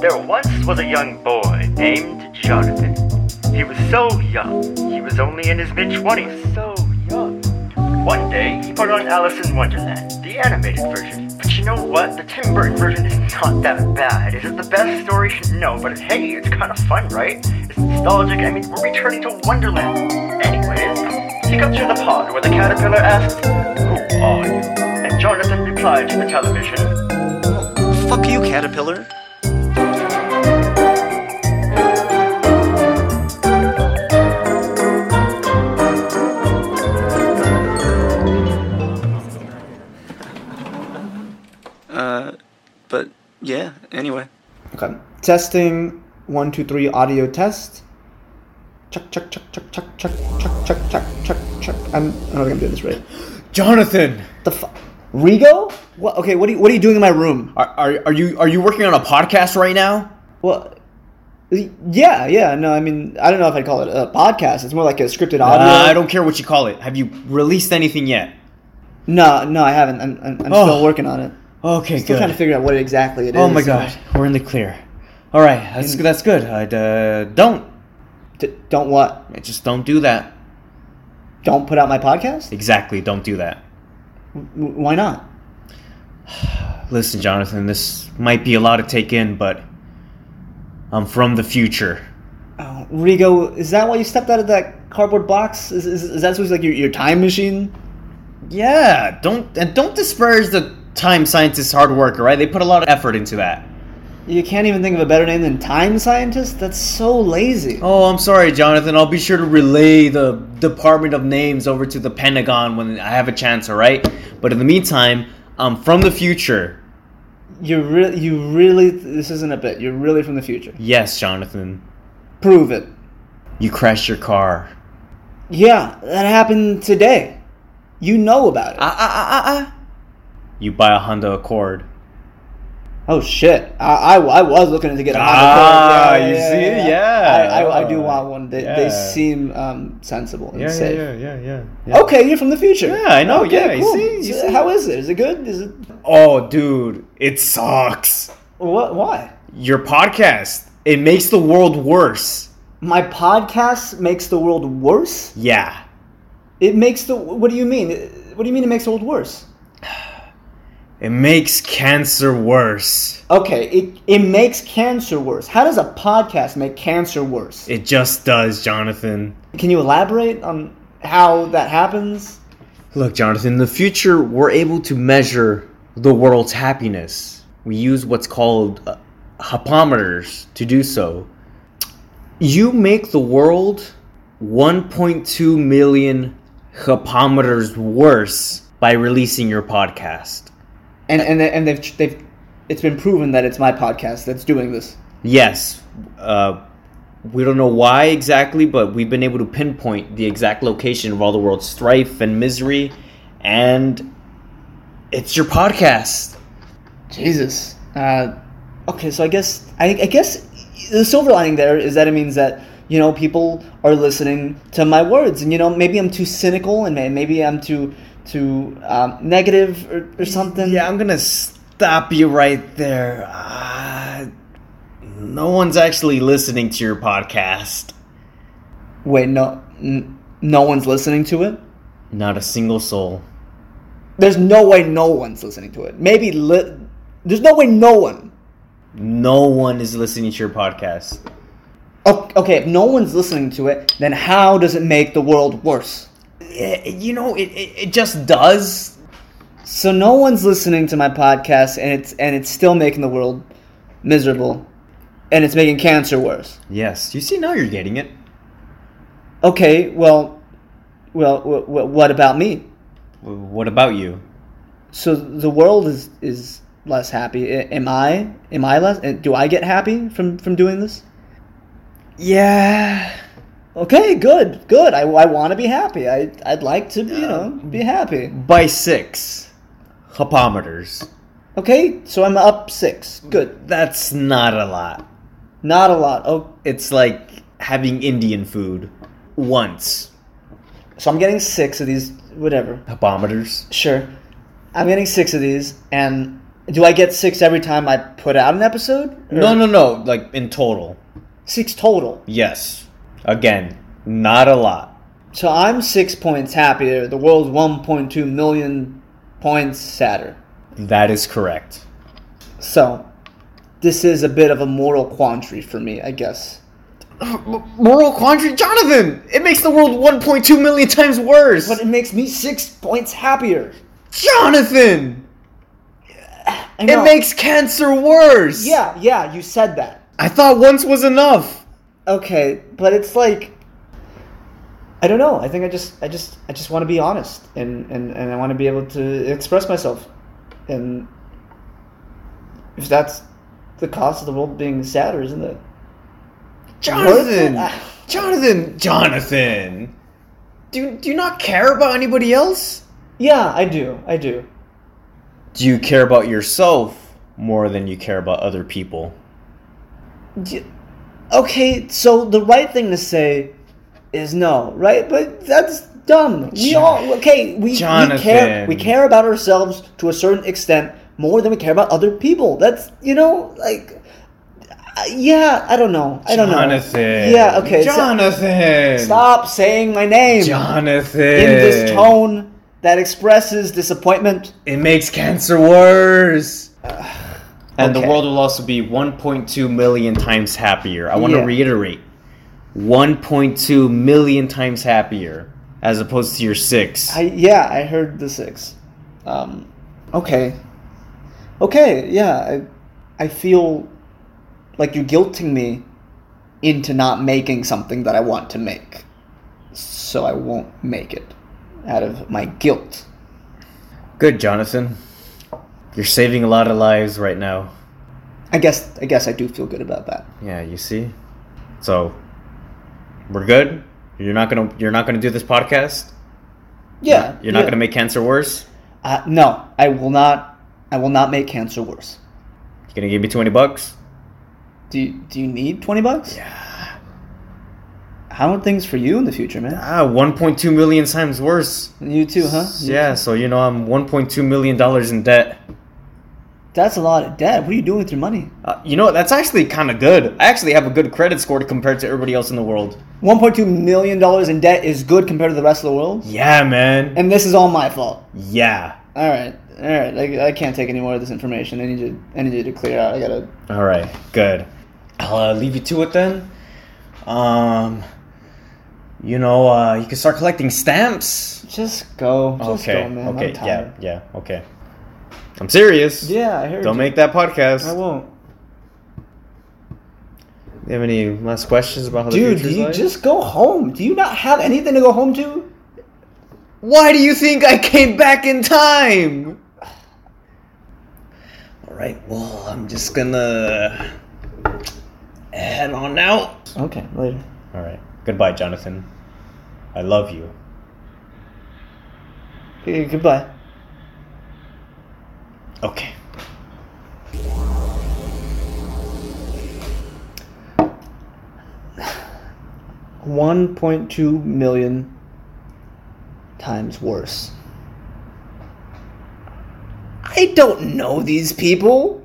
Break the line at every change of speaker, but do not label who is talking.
There once was a young boy named Jonathan. He was so young. He was only in his mid 20s. So young. One day, he put on Alice in Wonderland, the animated version. But you know what? The Tim Burton version is not that bad. Is it the best story? No, but hey, it's kind of fun, right? It's nostalgic. I mean, we're returning to Wonderland. Anyways, he got to the pod where the caterpillar asked, Who are you? And Jonathan replied to the television,
Fuck you, caterpillar. Uh, but yeah. Anyway,
Okay. Testing one, two, three. Audio test. Check, check, check, check, check, check, check, check, check, check, check. I'm. I don't think I'm doing this right.
Jonathan,
The fu- Rigo? What? Okay. What are you? What are you doing in my room?
are, are are you are you working on a podcast right now?
Well, yeah, yeah. No, I mean, I don't know if I'd call it a podcast. It's more like a scripted audio.
Uh, I don't care what you call it. Have you released anything yet?
No, no, I haven't. I'm, I'm, I'm
Oh.
still working on it.
Okay,
Still trying to figure out what exactly it is.
oh my gosh, we're in the clear. All right, that's that's good. I uh, don't
D- don't what?
I just don't do that.
Don't put out my podcast?
Exactly, don't do that.
W- why not?
Listen, Jonathan, this might be a lot to take in, but I'm from the future.
Oh, Rigo, is that why you stepped out of that cardboard box? Is, is, is that supposed to be like your, your time machine?
Yeah, don't and don't disparage the time scientist's hard work. All right, they put a lot of effort into that.
You can't even think of a better name than Time Scientist? That's so lazy.
Oh, I'm sorry, Jonathan. I'll be sure to relay the Department of Names over to the Pentagon when I have a chance, all right? But in the meantime, I'm from the future.
You really, you really, this isn't a bit. You're really from the future.
Yes, Jonathan.
Prove it.
You crashed your car.
Yeah, that happened today. You know about it.
Ah, ah, ah, ah, ah. You buy a Honda Accord.
Oh shit! I, I, I was looking to get a Honda
Ah,
Accord.
you see? Yeah.
I, I, I do want one. They, they
Yeah.
seem um, sensible and safe.
yeah, yeah,
Okay, you're from the future.
Yeah, I know,
Okay,
yeah, you
cool.
see, you
So
see.
How is it? Is it good? Is it
Oh, dude, it sucks.
what? Why?
Your podcast, it makes the world worse.
My podcast makes the world worse.
Yeah.
It makes the. What do you mean? What do you mean? It makes the world worse?
It makes cancer worse.
Okay, it it makes cancer worse. How does a podcast make cancer worse?
It just does, Jonathan.
Can you elaborate on how that happens?
Look, Jonathan, in the future, we're able to measure the world's happiness. We use what's called uh, hypometers to do so. You make the world 1.2 million hypometers worse by releasing your podcast.
and and they, and they've they've it's been proven that it's my podcast that's doing this.
Yes, uh, we don't know why exactly, but we've been able to pinpoint the exact location of all the world's strife and misery, and it's your podcast.
Jesus. Uh, okay, so I guess I, I guess the silver lining there is that it means that you know people are listening to my words, and you know maybe I'm too cynical and may- maybe I'm too too um, negative or, or something.
Yeah, I'm gonna stop you right there. Uh, no one's actually listening to your podcast.
Wait, no, n- no one's listening to it.
Not a single soul.
There's no way no one's listening to it. Maybe li- there's no way no one.
No one is listening to your podcast.
O- Okay, if no one's listening to it, then how does it make the world worse?
Eh, You know, it, it, it just does.
So no one's listening to my podcast, and it's and it's still making the world miserable, and it's making cancer worse.
Yes, you see, now you're getting it.
Okay, well, well, w- w- what about me?
W- What about you?
So the world is is less happy. A- Am I? Am I less? and Do I get happy from from doing this?
Yeah.
Okay, good, good. I, I want to be happy. I I'd like to you know be happy.
By six. Hypometers.
Okay, so I'm up six. Good,
That's not a lot.
not a lot. Oh,
It's like having Indian food once.
so I'm getting six of these. Whatever.
Hypometers.
Sure. I'm getting six of these, and Do I get six every time I put out an episode? Or
No, no, no. Like in total.
Six total.
Yes. Again, not a lot.
So I'm six points happier. The world's 1.2 million points sadder.
That is correct.
So this is a bit of a moral quandary for me, I guess.
Moral quandary, Jonathan. It makes the world 1.2 million times worse.
But it makes me six points happier.
Jonathan,
I
it
know.
makes cancer worse.
Yeah, yeah, you said that.
I thought once was enough.
Okay, but it's like I don't know. I think I just I just I just want to be honest and and and I want to be able to express myself. And if that's the cost of the world being sadder, isn't it?
Jonathan,
What?
Jonathan, Jonathan. Do do you not care about anybody else?
Yeah, I do. I do.
Do you care about yourself more than you care about other people?
D- Okay, so the right thing to say is no, right? But that's dumb. We
Jon-
all okay. We, we care.
Jonathan.
We care about ourselves to a certain extent more than we care about other people. That's you know like. uh, Yeah, I don't know. I don't
Jonathan.
know. Yeah, okay. so-
Jonathan.
stop saying my name
Jonathan.
in this tone that expresses disappointment.
It makes cancer worse. and
okay.
the world will also be 1.2 million times happier. I want
Yeah.
to reiterate 1.2 million times happier as opposed to your six.
I yeah, I heard the six. Um, okay, okay, yeah. I I feel like you're guilting me into not making something that I want to make, so I won't make it out of my guilt.
Good, Jonathan. You're saving a lot of lives right now.
I guess I guess I do feel good about that.
Yeah, you see. So we're good. You're not gonna. You're not gonna do this podcast.
Yeah,
You're not
yeah.
gonna make cancer worse.
Uh, no, I will not. I will not make cancer worse.
You gonna give me twenty bucks?
Do you, do you need twenty bucks?
Yeah.
How are things for you in the future, man?
Ah, 1.2 million times worse.
You too, huh?
Yeah, so you know I'm 1.2 million dollars in debt.
That's a lot of debt. What are you doing with your money?
Uh, you know that's actually kind of good. I actually have a good credit score compared to everybody else in the world.
1.2 million dollars in debt is good compared to the rest of the world,
Yeah, man.
and this is all my fault.
Yeah.
All right, all right. I, I can't take any more of this information. I need you. I need you to clear out. I gotta.
All right. Good. I'll uh, leave you to it then. Um, you know, uh, you can start collecting stamps.
Just go. Just
okay.
go, man.
okay.
I'm
yeah.
tired.
Yeah. Okay. I'm serious.
Yeah, I heard.
Don't
you.
make that podcast.
I won't.
You have any last questions about how
Dude,
the
do
future's
you
like?
just go home? Do you not have anything to go home to?
Why do you think I came back in time? All right, well, I'm just gonna head on out.
Okay, later.
All right, goodbye, Jonathan. I love you.
Eh, goodbye.
Okay.
One point two million times worse. I don't know these people.